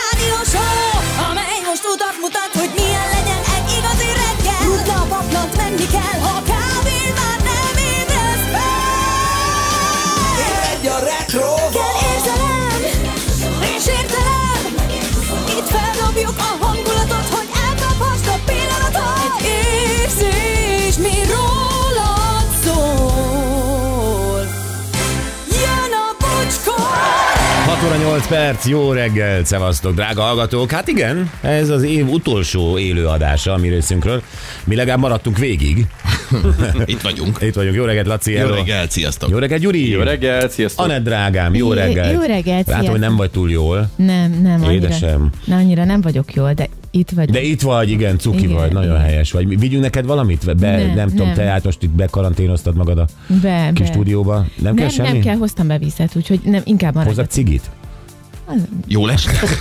rádió show, amely most utat mutat, hogy milyen legyen egy igazi reggel. Rutna a paplant, menni kell, ha kávé már nem ébresz fel. Egy a retro Kell érzelem, és értelem, itt feldobjuk a hangulatot, hogy elkaphast a pillanatot. Egy érzés, mi rólad szól. Jön a bocskor! 6 óra 8 perc, jó reggel, szevasztok, drága hallgatók. Hát igen, ez az év utolsó élő adása a mi részünkről. Mi legalább maradtunk végig. Itt vagyunk. Itt vagyunk, jó reggelt, Laci. Jó hello. reggel, sziasztok. Jó reggelt, Gyuri. Jó reggel, sziasztok! Anett, drágám, jó Jó- reggelt. jó reggelt, Látom, hogy sziasztok. Mm. nem vagy túl jól, Nem, nem, annyira, Édesem. Na, annyira nem vagyok jól, de itt vagyok. de itt vagy, igen, cuki Igen, vagy, nagyon igen. helyes vagy. Vigyünk neked valamit? Be, nem, Nem, tudom, nem. te át most itt bekaranténoztad magad a be, kis be. stúdióba. Nem, kell nem, semmi? nem kell, hoztam be vizet, úgyhogy nem, inkább Hozzak maradok. cigit? Jó esett?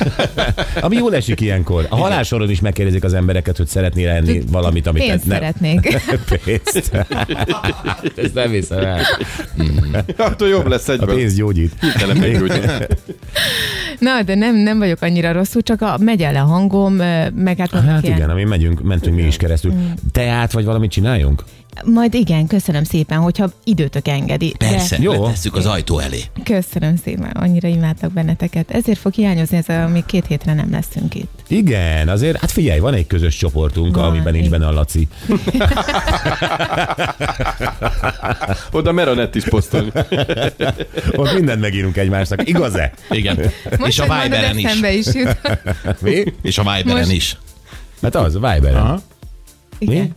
Ami jól esik ilyenkor. A halálsoron is megkérdezik az embereket, hogy szeretnél enni valamit, amit Pénzt nem- szeretnék. pénzt. Ezt nem hiszem el. Attól jobb lesz A egyből. pénz gyógyít. Hirtelen meggyógyít. Na, de nem, nem vagyok annyira rosszul, csak a, megy el a hangom, ö, meg hát, vannak Hát ilyen- igen, ami megyünk, mentünk mi is keresztül. Teát vagy valamit csináljunk? Majd igen, köszönöm szépen, hogyha időtök engedi. De Persze, Jó. Jó. letesszük az ajtó elé. Köszönöm szépen, annyira imádlak benneteket. Ezért fog hiányozni ez, amíg két hétre nem leszünk itt. Igen, azért, hát figyelj, van egy közös csoportunk, Van, amiben nincs igen. benne a Laci. Oda mer a net is posztolni. Ott mindent megírunk egymásnak. Igaz-e? Igen. és a hogy mondod, Viberen is. eszembe is jut. Mi? És a Viberen Most- is. Hát az, a Viberen. Igen.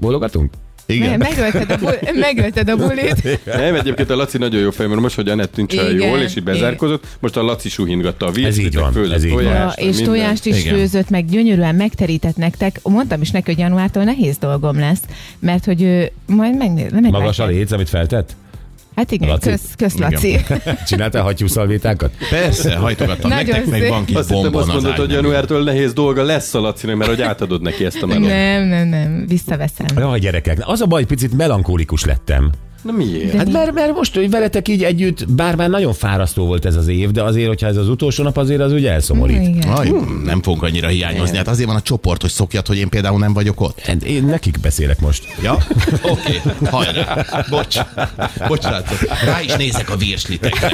Bólogatunk? Me- Igen. Megölted a, bul- megölted a bulit. Nem, egyébként a Laci nagyon jó fej, mert most, hogy Anett nincs olyan Igen, jól, és így bezárkozott, most a Laci suhingatta a víz, Ez így van, ez így van. Ja, és tojást is Igen. főzött, meg gyönyörűen megterített nektek. Mondtam is neki, hogy januártól nehéz dolgom lesz, mert hogy ő, majd megnéz. meg Magas a léc, amit feltett? Hát igen, Laci? kösz, kösz Laci. Csináltál hattyúszalvétákat? Persze, hajtogattam Nagyon nektek, meg szép. van kis Azt hittem, bombon azt az mondod, hogy ágyban. januártól nehéz dolga lesz a Lacinak, mert hogy átadod neki ezt a melót. nem, nem, nem, visszaveszem. Jaj, gyerekek, az a baj, picit melankólikus lettem. Na miért? Hát mert, mert most, hogy veletek így együtt, bár már nagyon fárasztó volt ez az év, de azért, hogyha ez az utolsó nap, azért az ugye elszomorít. Igen. Aj, nem fogunk annyira hiányozni. Hát azért van a csoport, hogy szokjat, hogy én például nem vagyok ott. Hát Én nekik beszélek most. Ja? Oké, okay. hajrá. Bocs. Bocs, srácok. Rá is nézek a virslitekre.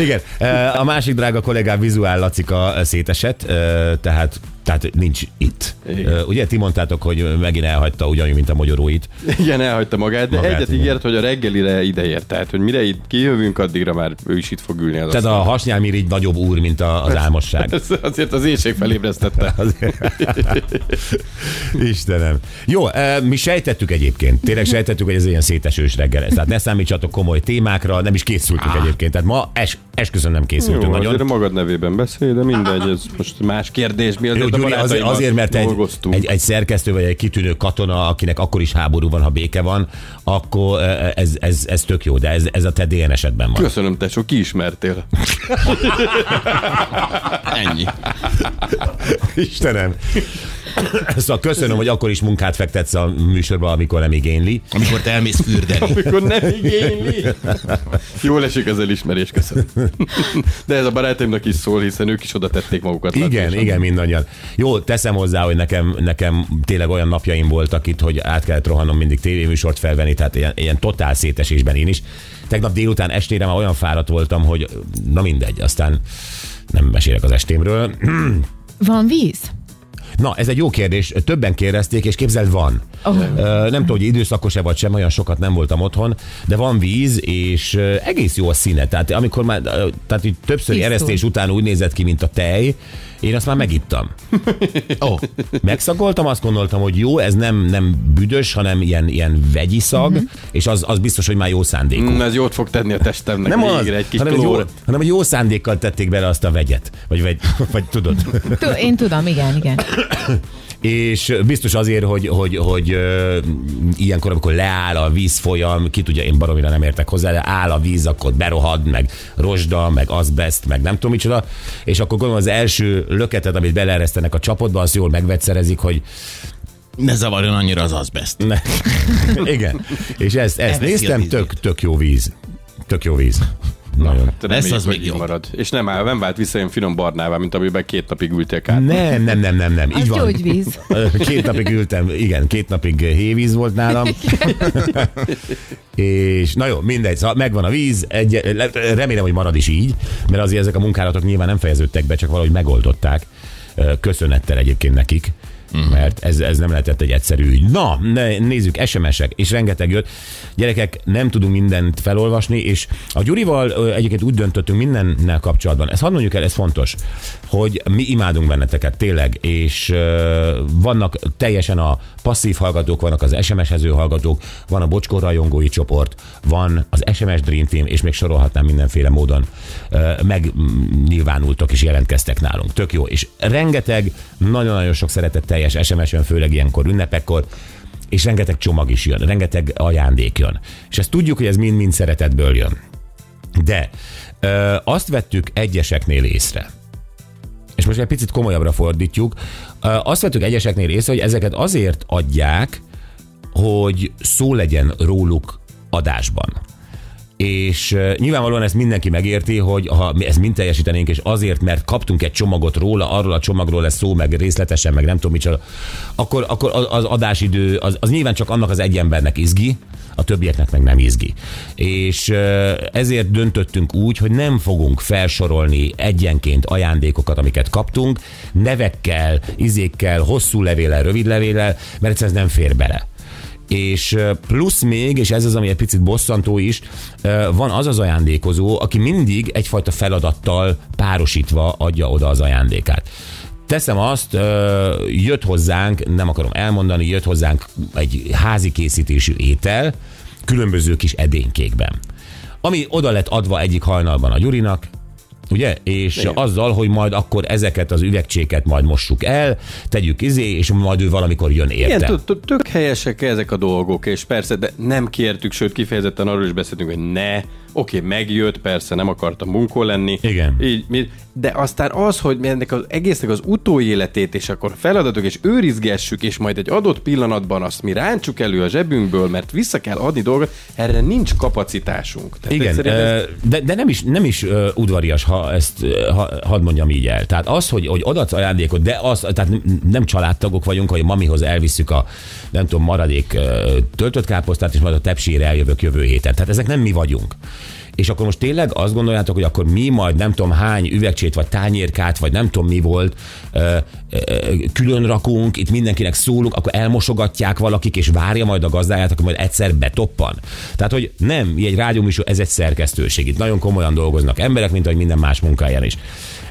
Igen, eh, a másik drága kollégám Vizuál Lacika szétesett, eh, tehát tehát nincs itt. Igen. Igen. Ugye ti mondtátok, hogy megint elhagyta ugyanúgy, mint a magyaróit. Igen, elhagyta magát, de Magát, magát, egyet igen. ígért, hogy a reggelire ideért. Tehát, hogy mire itt kijövünk, addigra már ő is itt fog ülni az Tehát a hasnyálmir így nagyobb úr, mint a, az álmosság. Ez azért az éjség felébresztette. Istenem. Jó, eh, mi sejtettük egyébként. Tényleg sejtettük, hogy ez egy ilyen szétesős reggel. lesz. Tehát ne számítsatok komoly témákra, nem is készültünk egyébként. Tehát ma es, esküszöm nem készültünk Ah. Jó, nagyon. azért a magad nevében beszél, de mindegy, ez most más kérdés. Mi azért, Jó, a Gyuri, azért, barátaimmal azért, mert egy, dolgoztunk. egy, egy szerkesztő vagy egy kitűnő katona, akinek akkor is háború van, ha béke van, akkor eh, ez, ez, ez tök jó, de ez, ez a te DNS-edben van. Köszönöm, tesó, kiismertél. Ennyi. Istenem. Szóval köszönöm, hogy akkor is munkát fektetsz a műsorba, amikor nem igényli. Amikor te elmész fürdeni. Mikor nem igényli. Jól esik az elismerés, köszönöm. De ez a barátaimnak is szól, hiszen ők is oda tették magukat. Igen, látásom. igen, mindannyian. Jó, teszem hozzá, hogy nekem, nekem tényleg olyan napjaim voltak itt, hogy át kellett rohannom mindig tévéműsort felvenni, tehát ilyen, ilyen totál szétesésben én is. Tegnap délután estére már olyan fáradt voltam, hogy na mindegy, aztán nem mesélek az estémről. Van víz? Na, ez egy jó kérdés. Többen kérdezték, és képzeld, van. Oh. Ö, Nem tudom, hogy időszakos-e vagy sem, olyan sokat nem voltam otthon, de van víz, és ö, egész jó a színe. Tehát amikor már, ö, tehát így többször Tisztul. eresztés után úgy nézett ki, mint a tej, én azt már megittam. Ó, oh, Megszakoltam, azt gondoltam, hogy jó, ez nem, nem büdös, hanem ilyen, ilyen vegyi szag, mm-hmm. és az, az biztos, hogy már jó szándékú. Mm, Ez jót fog tenni a testemnek. Nem az, végre egy kis hanem, egy jó, klór. hanem egy jó szándékkal tették bele azt a vegyet. Vagy, vagy, vagy tudod. T- én tudom, igen, igen. és biztos azért, hogy, hogy, hogy ö, ilyenkor, amikor leáll a vízfolyam, ki tudja, én baromira nem értek hozzá, de áll a víz, akkor berohad, meg rozsda, meg azbest, meg nem tudom micsoda, és akkor gondolom az első löketet, amit beleresztenek a csapotba, azt jól megvegyszerezik, hogy Ne zavarjon annyira az azbest. Ne. Igen. És ezt, ezt Elveszi a néztem, vízét. tök, tök jó víz. Tök jó víz. Nagyon. Te nem Lesz így, az hogy még így jobb. marad. És nem áll, nem vált vissza ilyen finom barnává, mint amiben két napig ültél át. Nem, nem, nem, nem, nem. Így Az van. gyógyvíz. Két napig ültem, igen, két napig hévíz volt nálam. És na jó, mindegy, szóval megvan a víz, egy, remélem, hogy marad is így, mert azért ezek a munkálatok nyilván nem fejeződtek be, csak valahogy megoldották. Köszönettel egyébként nekik. Mert ez, ez nem lehetett egy egyszerű ügy. Na, ne, nézzük, SMS-ek, és rengeteg jött. Gyerekek, nem tudunk mindent felolvasni, és a Gyurival ö, egyébként úgy döntöttünk mindennel kapcsolatban, ezt hadd mondjuk el, ez fontos, hogy mi imádunk benneteket, tényleg, és ö, vannak teljesen a passzív hallgatók, vannak az SMS-ező hallgatók, van a Bocskor rajongói csoport, van az SMS Dream Team, és még sorolhatnám mindenféle módon ö, megnyilvánultak és jelentkeztek nálunk. Tök jó, és rengeteg, nagyon-nagyon sok szeretetteljes SMS jön, főleg ilyenkor, ünnepekkor, és rengeteg csomag is jön, rengeteg ajándék jön. És ezt tudjuk, hogy ez mind-mind szeretetből jön. De ö, azt vettük egyeseknél észre, és most egy picit komolyabbra fordítjuk, ö, azt vettük egyeseknél észre, hogy ezeket azért adják, hogy szó legyen róluk adásban. És ö, nyilvánvalóan ezt mindenki megérti, hogy ha mi ezt mind teljesítenénk, és azért, mert kaptunk egy csomagot róla, arról a csomagról lesz szó, meg részletesen, meg nem tudom micsoda, akkor, akkor az- az adásidő, az, az nyilván csak annak az egy embernek izgi, a többieknek meg nem izgi. És ö, ezért döntöttünk úgy, hogy nem fogunk felsorolni egyenként ajándékokat, amiket kaptunk, nevekkel, izékkel, hosszú levéllel, rövid levéllel, mert egyszerűen ez nem fér bele és ö, plusz még, és ez az, ami egy picit bosszantó is, ö, van az az ajándékozó, aki mindig egyfajta feladattal párosítva adja oda az ajándékát. Teszem azt, ö, jött hozzánk, nem akarom elmondani, jött hozzánk egy házi készítésű étel, különböző kis edénykékben. Ami oda lett adva egyik hajnalban a Gyurinak, ugye? És Igen. azzal, hogy majd akkor ezeket az üvegcséket majd mossuk el, tegyük izé, és majd ő valamikor jön érte. Igen, tud- tud- tök helyesek ezek a dolgok, és persze, de nem kértük, sőt kifejezetten arról is beszéltünk, hogy ne, oké, megjött, persze nem akartam munkó lenni. Igen. Így, mi, de aztán az, hogy mi ennek az egésznek az utóéletét, és akkor feladatok, és őrizgessük, és majd egy adott pillanatban azt mi rántsuk elő a zsebünkből, mert vissza kell adni dolgot, erre nincs kapacitásunk. Tehát Igen, egyszerűen ez- ö, de, de nem is, nem is ö, udvarias, ha ezt ö, ha, hadd mondjam így el. Tehát az, hogy, hogy adatsz ajándékot, de az, tehát n- nem családtagok vagyunk, hogy mamihoz elviszük a nem tudom, maradék ö, töltött káposztát, és majd a tepsére eljövök jövő héten. Tehát ezek nem mi vagyunk. És akkor most tényleg azt gondoljátok, hogy akkor mi majd nem tudom hány üvegcsét, vagy tányérkát, vagy nem tudom mi volt, ö, ö, külön rakunk, itt mindenkinek szólunk, akkor elmosogatják valakik, és várja majd a gazdáját, aki majd egyszer betoppan. Tehát, hogy nem, egy rádióműsor, ez egy szerkesztőség. Itt nagyon komolyan dolgoznak emberek, mint ahogy minden más munkáján is.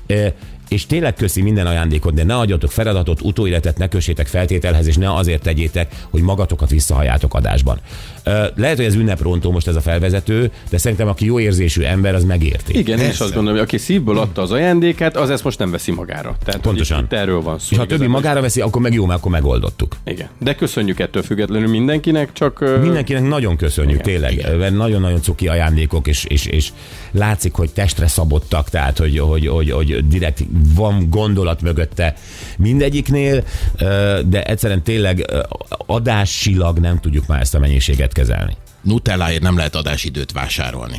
Ö, és tényleg köszi minden ajándékot, de ne adjatok feladatot, utóéletet ne kössétek feltételhez, és ne azért tegyétek, hogy magatokat visszahalljátok adásban. Ö, Lehet, hogy ez ünneprontó most ez a felvezető, de szerintem aki jó érzésű ember, az megérti. igen, én is azt gondolom, hogy aki szívből adta az ajándékát, az ezt most nem veszi magára. Tehát hogy Pontosan. Itt, itt erről van szó. És ha a többi igazából. magára veszi, akkor meg jó, mert akkor megoldottuk. Igen. De köszönjük ettől függetlenül mindenkinek, csak... ö, Mindenkinek nagyon köszönjük, igen, tényleg. Igen. Mert nagyon-nagyon cuki ajándékok, és, és, és látszik, hogy testre szabottak, tehát, hogy, hogy, hogy, hogy direkt van gondolat mögötte mindegyiknél, ö, de egyszerűen tényleg ö, adásilag nem tudjuk már ezt a mennyiséget kezelni. Nutelláért nem lehet adásidőt vásárolni.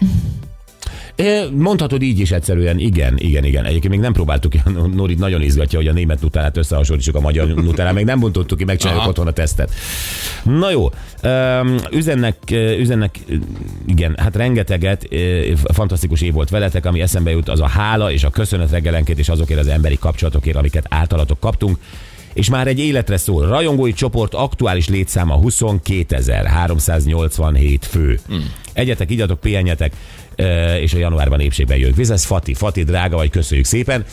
Ö, Mondhatod így is egyszerűen, igen, igen, igen. Egyébként még nem próbáltuk, ki, Nori nagyon izgatja, hogy a német nutellát összehasonlítsuk a magyar nutellát, még nem bontottuk ki, megcsináljuk Aha. otthon a tesztet. Na jó, Öm, üzennek, ö, üzennek, ö, igen, hát rengeteget, ö, fantasztikus év volt veletek, ami eszembe jut az a hála és a köszönet reggelenként és azokért az emberi kapcsolatokért, amiket általatok kaptunk és már egy életre szól. Rajongói csoport aktuális létszáma 22.387 fő. Mm. Egyetek, igyatok, pihenjetek, ö, és a januárban épségben jövök. Vizesz Fati, Fati drága vagy, köszönjük szépen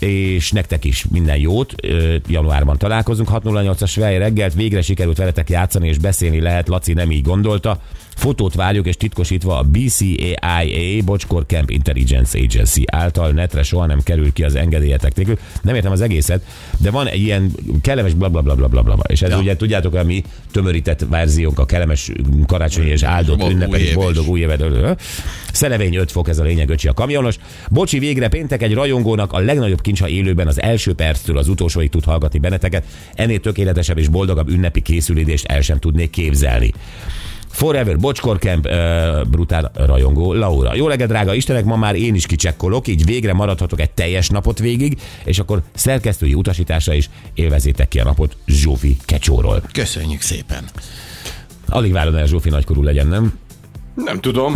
és nektek is minden jót. Ö, Januárban találkozunk, 6.08-as Svej reggelt, végre sikerült veletek játszani és beszélni lehet, Laci nem így gondolta. Fotót várjuk és titkosítva a BCAIA, Bocskor Camp Intelligence Agency által netre soha nem kerül ki az engedélyetek nélkül. Nem értem az egészet, de van egy ilyen kellemes blablabla, bla, bla, bla, bla. és ez ja. ugye tudjátok, a mi tömörített verziónk, a kellemes karácsonyi és áldott Boldog új ünnepes év boldog is. új évet. Ö-ö. Szelevény 5 fok, ez a lényeg, öcsi a kamionos. Bocsi, végre péntek egy rajongónak a legnagyobb kincs, ha élőben az első perctől az utolsóig tud hallgatni benneteket. Ennél tökéletesebb és boldogabb ünnepi készülődést el sem tudnék képzelni. Forever Bocskor Camp, uh, brutál rajongó Laura. Jó reggelt, drága Istenek, ma már én is kicsekkolok, így végre maradhatok egy teljes napot végig, és akkor szerkesztői utasításra is élvezétek ki a napot Zsófi Kecsóról. Köszönjük szépen. Alig várod el Zsófi nagykorú legyen, nem? Nem tudom.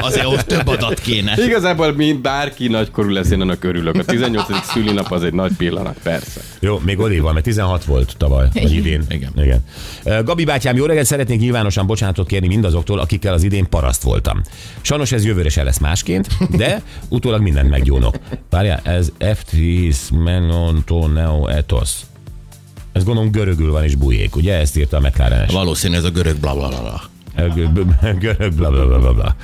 Azért ott több adat kéne. Igazából mi bárki nagykorú lesz, én annak örülök. A 18. szülinap az egy nagy pillanat, persze. Jó, még Olival, mert 16 volt tavaly, vagy idén. Igen. Igen. Ö, Gabi bátyám, jó reggelt, szeretnék nyilvánosan bocsánatot kérni mindazoktól, akikkel az idén paraszt voltam. Sajnos ez jövőre se lesz másként, de utólag mindent meggyónok. Várjál, ez Eftis Menontoneo Etos. Ez gondolom görögül van és bujék, ugye? Ezt írta a McLaren Valószínű ez a görög blablabla. Görög, bla, bla, bla, bla, bla.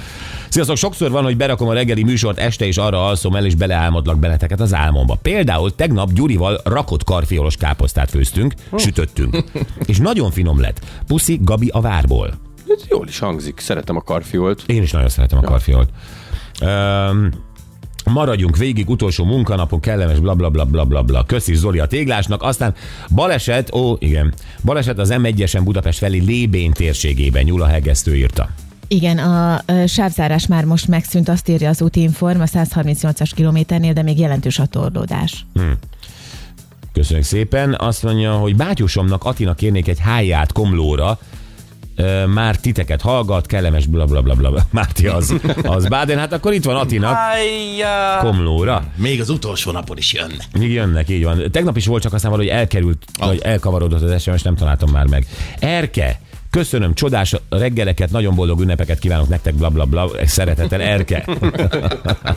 Sziasztok, sokszor van, hogy berakom a reggeli műsort este, és arra alszom el, és beleálmodlak beleteket az álmomba. Például tegnap Gyurival rakott karfiolos káposztát főztünk, sütöttünk. És nagyon finom lett. Puszi Gabi a várból. Ez jól is hangzik, szeretem a karfiolt. Én is nagyon szeretem a karfiolt. Öm, maradjunk végig, utolsó munkanapon, kellemes, bla bla bla bla bla bla. Köszi Zoli a téglásnak, aztán baleset, ó igen, baleset az M1-esen Budapest felé Lébény térségében, Nyula Hegesztő írta. Igen, a ö, sávzárás már most megszűnt, azt írja az útinform a 138-as kilométernél, de még jelentős a torlódás. Köszönjük szépen. Azt mondja, hogy bátyusomnak, Atina kérnék egy háját komlóra, Ö, már titeket hallgat, kellemes blablabla, bla, bla, bla. Márti az, az Báden, hát akkor itt van Atina, komlóra. Még az utolsó napon is jönne. Még jönnek, így van. Tegnap is volt, csak aztán valahogy elkerült, vagy elkavarodott az SMS, nem találtam már meg. Erke, köszönöm, csodás reggeleket, nagyon boldog ünnepeket kívánok nektek, bla bla bla, szeretettel, Erke.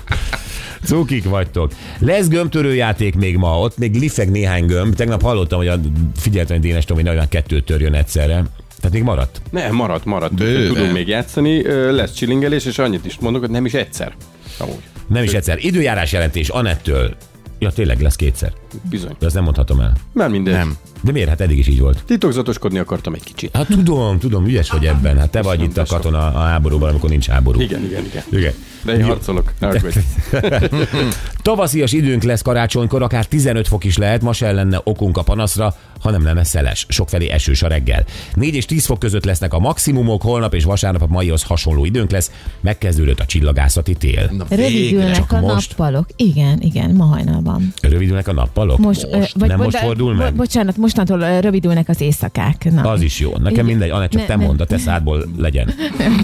Cukik vagytok. Lesz gömbtörőjáték még ma, ott még lifeg néhány gömb. Tegnap hallottam, hogy a, figyeltem, hogy Dénes Tomi nagyon kettőt törjön egyszerre. Tehát még maradt. Ne, maradt, maradt. Bőven. Tudunk még játszani, ö, lesz csilingelés, és annyit is mondok, hogy nem is egyszer. Amúgy. Nem is egyszer. Időjárás jelentés Anettől. Ja, tényleg lesz kétszer. Bizony. De azt nem mondhatom el. Már minden. Nem. De miért? Hát eddig is így volt. Titokzatoskodni akartam egy kicsit. Hát tudom, tudom, ügyes vagy ebben. Hát te vagy itt a katona a háborúban, amikor nincs háború. Igen, igen, igen. Igen. De én harcolok. Ne aggódj. Tavaszias időnk lesz karácsonykor, akár 15 fok is lehet, ma se lenne okunk a panaszra, hanem lenne szeles, sokfelé esős a reggel. 4 és 10 fok között lesznek a maximumok, holnap és vasárnap a maihoz hasonló időnk lesz, megkezdődött a csillagászati tél. Na, végre. Rövidülnek csak a most? nappalok. Igen, igen, ma hajnalban. Rövidülnek a nappalok? ö, nem most bocsá- fordul bo- meg? Bocsánat, mostantól ö, rövidülnek az éjszakák. Na. Az is jó. Nekem Igen. mindegy, Anett, csak Ne- te ne. mondd, a te szádból legyen.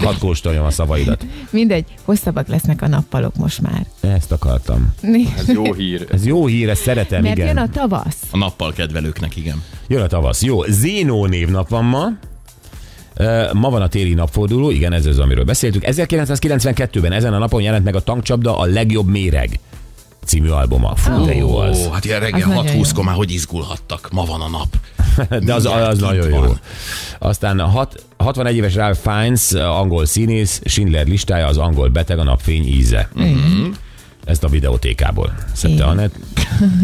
Hadd kóstoljam a szavaidat. Mindegy, hosszabbak lesznek a nappalok most már. Ezt akartam. Ez jó hír. Ez jó hír, ezt szeretem, Mert Hát, igen. jön a tavasz. A nappal kedvelőknek, igen. Jön a tavasz. Jó, Zénó névnap van ma. Ö, Ma van a téli napforduló, igen, ez az, amiről beszéltük. 1992-ben ezen a napon jelent meg a tankcsapda a legjobb méreg című albuma. Fú, de jó az. Ó, hát ilyen Az reggel nagyon 6 jó. kor már hogy izgulhattak. Ma van a nap. De az, mindjárt az kint nagyon jó. van. Aztán a hat, 61 éves Ralph Fiennes, angol színész, Schindler listája, az angol beteg, a napfény íze. Mhm. Ezt a videótékából szedte Igen. Anett.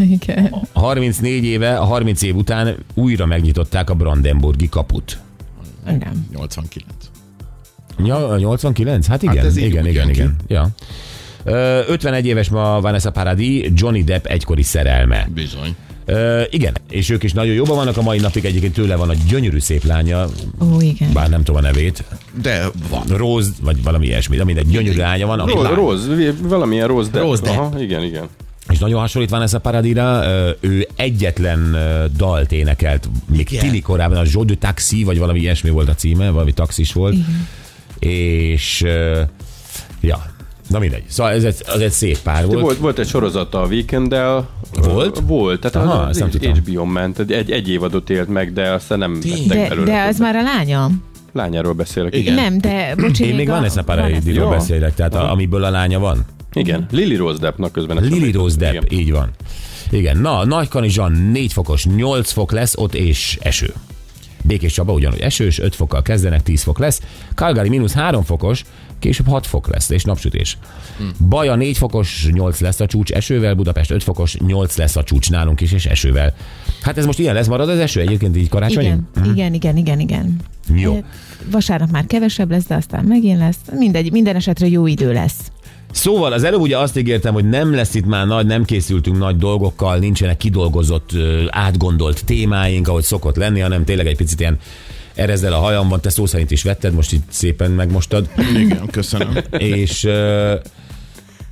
Igen. 34 éve, a 30 év után újra megnyitották a Brandenburgi kaput. igen. 89. Ja, 89? Hát igen, Hát hát ez így igen, úgy igen, jön ki. igen. Ja. Ö, 51 éves ma Vanessa Paradis, Johnny Depp egykori szerelme. Bizony. Ö, igen, és ők is nagyon jóban vannak a mai napig, egyébként tőle van a gyönyörű szép lánya, Ó, igen. bár nem tudom a nevét, De van. Rose, vagy valami ilyesmi, de mindegy, gyönyörű lánya van, aki Róz, lány. róz, vi- valamilyen róz, de. Róz, de. Aha, igen, igen. És nagyon hasonlít Vanessa Paradira, ö, ő egyetlen ö, dalt énekelt, még Igen. Tili korában, a Jeu de Taxi, vagy valami ilyesmi volt a címe, valami taxis volt. Igen. És, ö, ja, na mindegy. Szóval ez egy, az egy szép pár Volt, volt. volt, volt egy sorozata a Weekenddel. Volt? Volt, tehát Aha, Aha, az, ezt nem az tudtam. HBO-n ment, egy, egy, egy évadot élt meg, de aztán nem vettek De, belőle. de az már a lánya. Lányáról beszélek. Igen. Nem, de bocsi, Én még a- van ezt a Paradiro Jó. beszélek, tehát a, amiből a lánya van. Igen, Lily Rose Deppnak közben. ezt Lili említettem. Rose Depp, Igen. így van. Igen, na, Nagykanizsan 4 fokos, 8 fok lesz ott és eső. Békés Csaba ugyanúgy esős, 5 fokkal kezdenek, 10 fok lesz. Calgary mínusz 3 fokos, később 6 fok lesz, és napsütés. Baja 4 fokos, 8 lesz a csúcs esővel, Budapest 5 fokos, 8 lesz a csúcs nálunk is, és esővel. Hát ez most ilyen lesz, marad az eső egyébként így karácsonyig? Igen, igen, igen, igen, igen. Mhm. Jó. Ö, Vasárnap már kevesebb lesz, de aztán megint lesz. Mindegy, minden esetre jó idő lesz. Szóval az előbb ugye azt ígértem, hogy nem lesz itt már nagy, nem készültünk nagy dolgokkal, nincsenek kidolgozott, ö, átgondolt témáink, ahogy szokott lenni, hanem tényleg egy picit ilyen erezd el a hajam van, te szó szerint is vetted, most itt szépen megmostad, Igen, köszönöm. és, ö,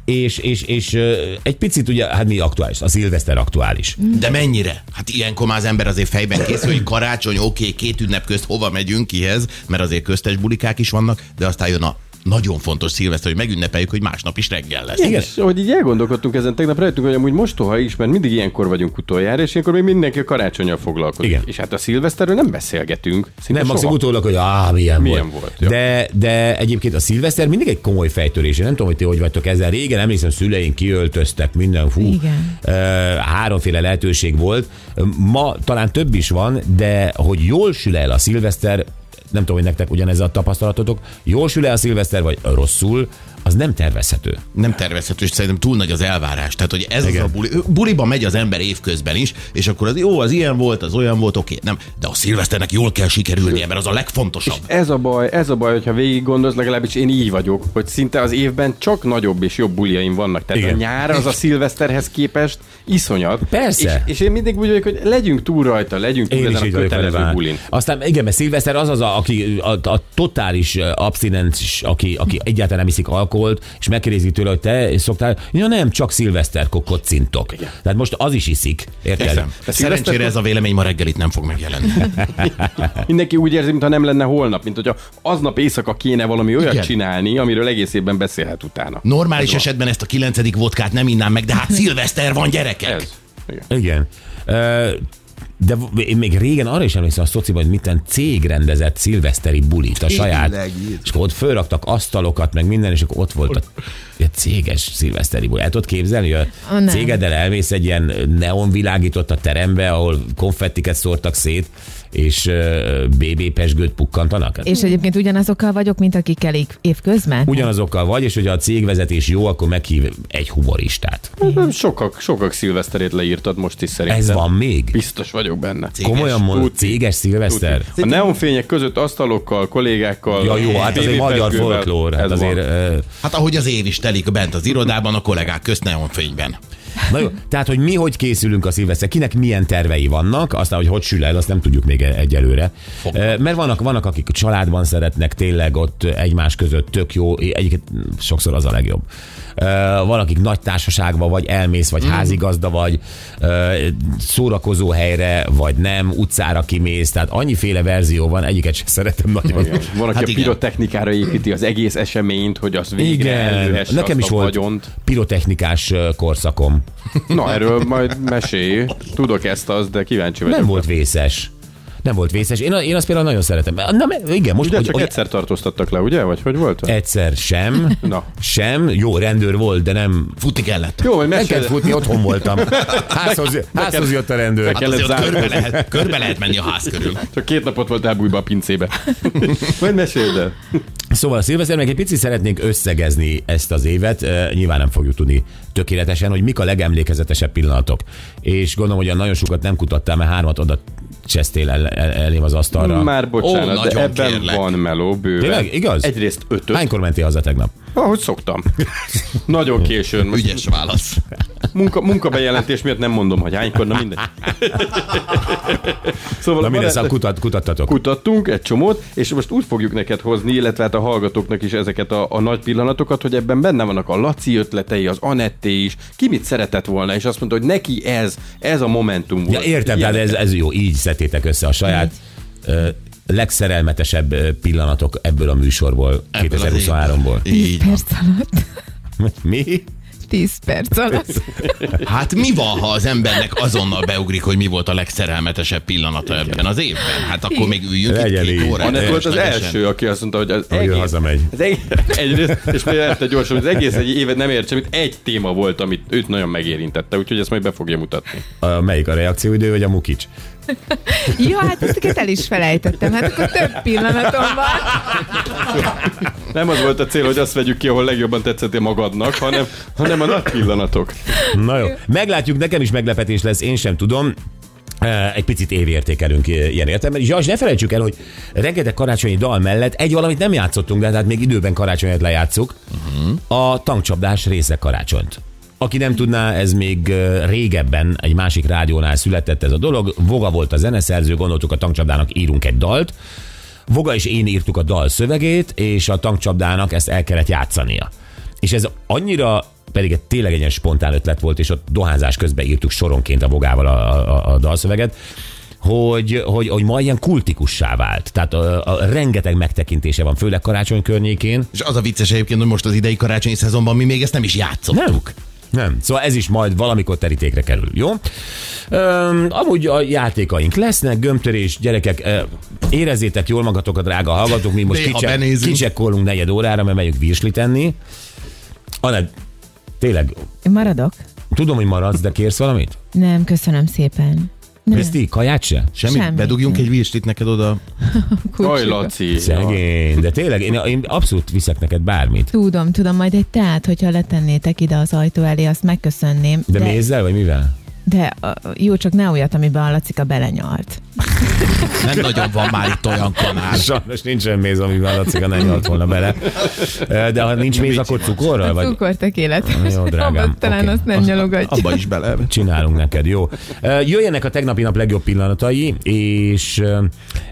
és, és, és ö, egy picit ugye, hát mi aktuális, a szilveszter aktuális. De mennyire? Hát ilyenkor már az ember azért fejben készül, hogy karácsony, oké, okay, két ünnep közt hova megyünk kihez, mert azért köztes bulikák is vannak, de aztán jön a nagyon fontos szilveszter, hogy megünnepeljük, hogy másnap is reggel lesz. Igen. És hogy így elgondolkodtunk ezen, tegnap rájöttünk, hogy amúgy mostoha is, mert mindig ilyenkor vagyunk utoljára, és ilyenkor még mindenki a karácsonyal foglalkozik. Igen. És hát a szilveszterről nem beszélgetünk. Szinte Nem, maximum soha. utólag, hogy á, milyen, Milyen volt. volt, ja. de, de egyébként a szilveszter mindig egy komoly fejtörés. Én nem tudom, hogy ti hogy vagytok ezzel. Régen emlékszem, szüleink kiöltöztek minden. Hú, Igen. Ö, háromféle lehetőség volt. Ma talán több is van, de hogy jól sül el a szilveszter, nem tudom, hogy nektek ugyanez a tapasztalatotok, jól sül el a szilveszter, vagy rosszul, az nem tervezhető. nem tervezhető, és szerintem túl nagy az elvárás. Tehát, hogy ez az a buli, buliba megy az ember évközben is, és akkor az jó, az ilyen volt, az olyan volt, oké, nem, de a szilveszternek jól kell sikerülnie, mert az a legfontosabb. Ez a baj, ez a baj, hogyha végig gondolsz, legalábbis én így vagyok, hogy szinte az évben csak nagyobb és jobb buliaim vannak. Tehát Igen. Igen. a nyár az a szilveszterhez képest iszonyat. Persze. És, és én mindig úgy vagyok, hogy legyünk túl rajta, legyünk túl Én is ezen a így vagyok vele kötelező Bán. bulin. Aztán igen, mert Szilveszter az az, a, aki a, a totális ö, abstinens, aki, aki egyáltalán nem iszik alkoholt, és megkérdezi tőle, hogy te szoktál, ja nem, csak szilveszterkor kocintok. Tehát most az is iszik, érted? Értem. Szerencsére ez a vélemény ma reggel itt nem fog megjelenni. Mindenki úgy érzi, mintha nem lenne holnap, mint hogyha aznap éjszaka kéne valami olyat Igen. Igen. csinálni, amiről egész évben beszélhet utána. Normális esetben ezt a kilencedik vodkát nem innám meg, de hát szilveszter van gyerekek. Ez. Igen. Igen. Ö, De v- én még régen arra is emlékszem a szociban, hogy mitten cég rendezett szilveszteri bulit, a saját. és akkor ott fölraktak asztalokat, meg minden, és akkor ott volt a, a céges szilveszteri buli. El tudod képzelni, hogy Ó, a nem. cégeddel elmész egy ilyen neon világított a terembe, ahol konfettiket szórtak szét, és ö, BB pesgőt pukkantanak? És egyébként ugyanazokkal vagyok, mint akik elég évközben. Ugyanazokkal vagy, és hogyha a cégvezetés jó, akkor meghív egy humoristát. Sokak, sokak szilveszterét leírtad most is szerintem. Ez van még? Biztos vagyok benne. Komolyan mondod, tuti. céges szilveszter? A neonfények között asztalokkal, kollégákkal. Ja, jó, hát ez egy BB magyar pesgővel. folklór. Hát Ez van. azért, ö, Hát ahogy az év is telik bent az irodában, a kollégák közt neonfényben. na jó, tehát, hogy mi hogy készülünk a szilveszter, kinek milyen tervei vannak, aztán, hogy hogy sül el, azt nem tudjuk még e- egyelőre. Ö, Mert vannak, vannak, akik családban szeretnek, tényleg ott egymás között tök jó, egyik sokszor az a legjobb. Ö, Van, akik nagy társaságban vagy, elmész, Mm. vagy házigazda vagy, ö, szórakozó helyre, vagy nem, utcára kimész, tehát annyiféle verzió van, egyiket sem szeretem nagyon. Igen. Van, aki Hát hát a igen. pirotechnikára építi az egész eseményt, hogy az végre Igen, előhesse nekem azt is a volt vagyont. pirotechnikás ö, korszakom. Na, erről majd mesélj. Tudok ezt az, de kíváncsi vagyok. Nem volt vészes. Nem volt vészes. Én, én azt például nagyon szeretem. Nem, igen, most Ugye hogy, csak hogy E- egyszer tartóztattak le, ugye? Vagy hogy volt? egyszer sem. Na. Sem. Jó, rendőr volt, de nem. Futni kellett. Jó, hogy Nem kellett mesélj. futni, otthon voltam. Házhoz, házhoz jött a rendőr. Hát azért ott kellett körbe lehet, körbe lehet menni a ház körül. Csak két napot volt elbújva a pincébe. Majd meséld el. Szóval a szilveszter meg egy picit szeretnénk összegezni ezt az évet. Ö, Nyilván nem fogjuk tudni tökéletesen, hogy mik a legemlékezetesebb pillanatok. És gondolom, hogy a nagyon sokat nem kutattál, mert hármat oda csesztél el, el, elém az asztalra. Már bocsánat, de Ó, nagyon ebben kérlek. van meló bőven. Tényleg? Igaz? Egyrészt ötöt, Hánykor mentél haza tegnap? ahogy szoktam. Nagyon későn. Most Ügyes válasz. munka, munkabejelentés miatt nem mondom, hogy hánykor, na mindegy. Szóval Na a minden, barát- szóval kutat, kutattatok. kutattunk egy csomót, és most úgy fogjuk neked hozni, illetve hát a hallgatóknak is ezeket a, a nagy pillanatokat, hogy ebben benne vannak a Laci ötletei, az Anetté is, ki mit szeretett volna, és azt mondta, hogy neki ez, ez a momentum Ja, volt. értem, Ilyen- tehát ez, ez jó, így szedtétek össze a saját ö, legszerelmetesebb ö, pillanatok ebből a műsorból, Ebből az 2023-ból. évből. Így. 10 perc alatt. Mi? 10 perc alatt. Hát mi van, ha az embernek azonnal beugrik, hogy mi volt a legszerelmetesebb pillanata ebben az évben? Hát akkor még üljünk Legyen itt így. két órát. Anett volt az feleslegesen. első, aki azt mondta, hogy az Hogy ő egész, hazamegy. Az egész, egyrészt, és majd elmondta gyorsan, hogy az egész egy évet nem ért semmit, egy téma volt, amit őt nagyon megérintette, úgyhogy ezt majd be fogja mutatni. A, melyik a reakcióidő, vagy a mukics? Ja, hát ezeket el is felejtettem, hát akkor több pillanatom van. Nem az volt a cél, hogy azt vegyük ki, ahol legjobban tetszett magadnak, hanem, hanem a nagy pillanatok. Na jó. Meglátjuk, nekem is meglepetés lesz, én sem tudom. Eh, Egy picit évértékelünk eh, ilyen értelemben. És ja, és ne felejtsük el, hogy rengeteg karácsonyi dal mellett egy valamit nem játszottunk, de hát még időben karácsonyat lejátszuk. Uh-huh. A tankcsapdás része karácsonyt. Aki nem tudná, ez még eh, régebben egy másik rádiónál született ez a dolog. Voga volt a zeneszerző, gondoltuk a tankcsapdának írunk egy dalt. Voga és én írtuk a dal szövegét, és a tankcsapdának ezt el kellett játszania. És ez annyira pedig egy tényleg egy ilyen spontán ötlet volt, és ott dohányzás közben írtuk soronként a vogával a, a, a dalszöveget, hogy, hogy, hogy ma ilyen kultikussá vált. Tehát a, a, rengeteg megtekintése van, főleg karácsony környékén. És az a vicces egyébként, hogy most az idei karácsonyi szezonban mi még ezt nem is játszottuk. Nem. Nem. Szóval ez is majd valamikor terítékre kerül, jó? Öm, amúgy a játékaink lesznek, gömbtörés, gyerekek, ö, érezzétek jól magatokat, drága hallgatók, mi most Néha kicsek, benézünk. kicsekkolunk negyed órára, mert megyünk virslit enni. Anett, tényleg, Maradok? tudom, hogy maradsz, de kérsz valamit? Nem, köszönöm szépen. Nem, Kriszti, kaját se? Semmi? Semmit. Bedugjunk egy virslit neked oda. kulcsuk. Aj, Laci. Szegény, de tényleg, én, én abszolút viszek neked bármit. Tudom, tudom, majd egy teát, hogyha letennétek ide az ajtó elé, azt megköszönném. De, de mézzel, vagy mivel? de a, jó, csak ne olyat, amiben a Lacika belenyalt. Nem nagyon van már itt olyan kanál. Sajnos nincsen méz, amivel a ciga nem nyalt volna bele. De ha nincs méz, akkor cukorral? Vagy Cukortekéletes. Jó, drágám, Abba Talán oké. azt nem nyalogatja. Abba is bele. csinálunk neked, jó? Ö, Jöjjenek a tegnapi nap legjobb pillanatai, és ö,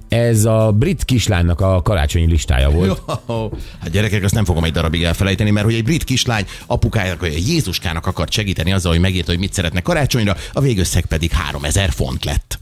ez a brit kislánynak a karácsonyi listája volt. Jó. Hát gyerekek, azt nem fogom egy darabig elfelejteni, mert hogy egy brit kislány apukájának, hogy a Jézuskának akart segíteni azzal, hogy megírta, hogy mit szeretne karácsonyra, a végösszeg pedig 3000 font lett.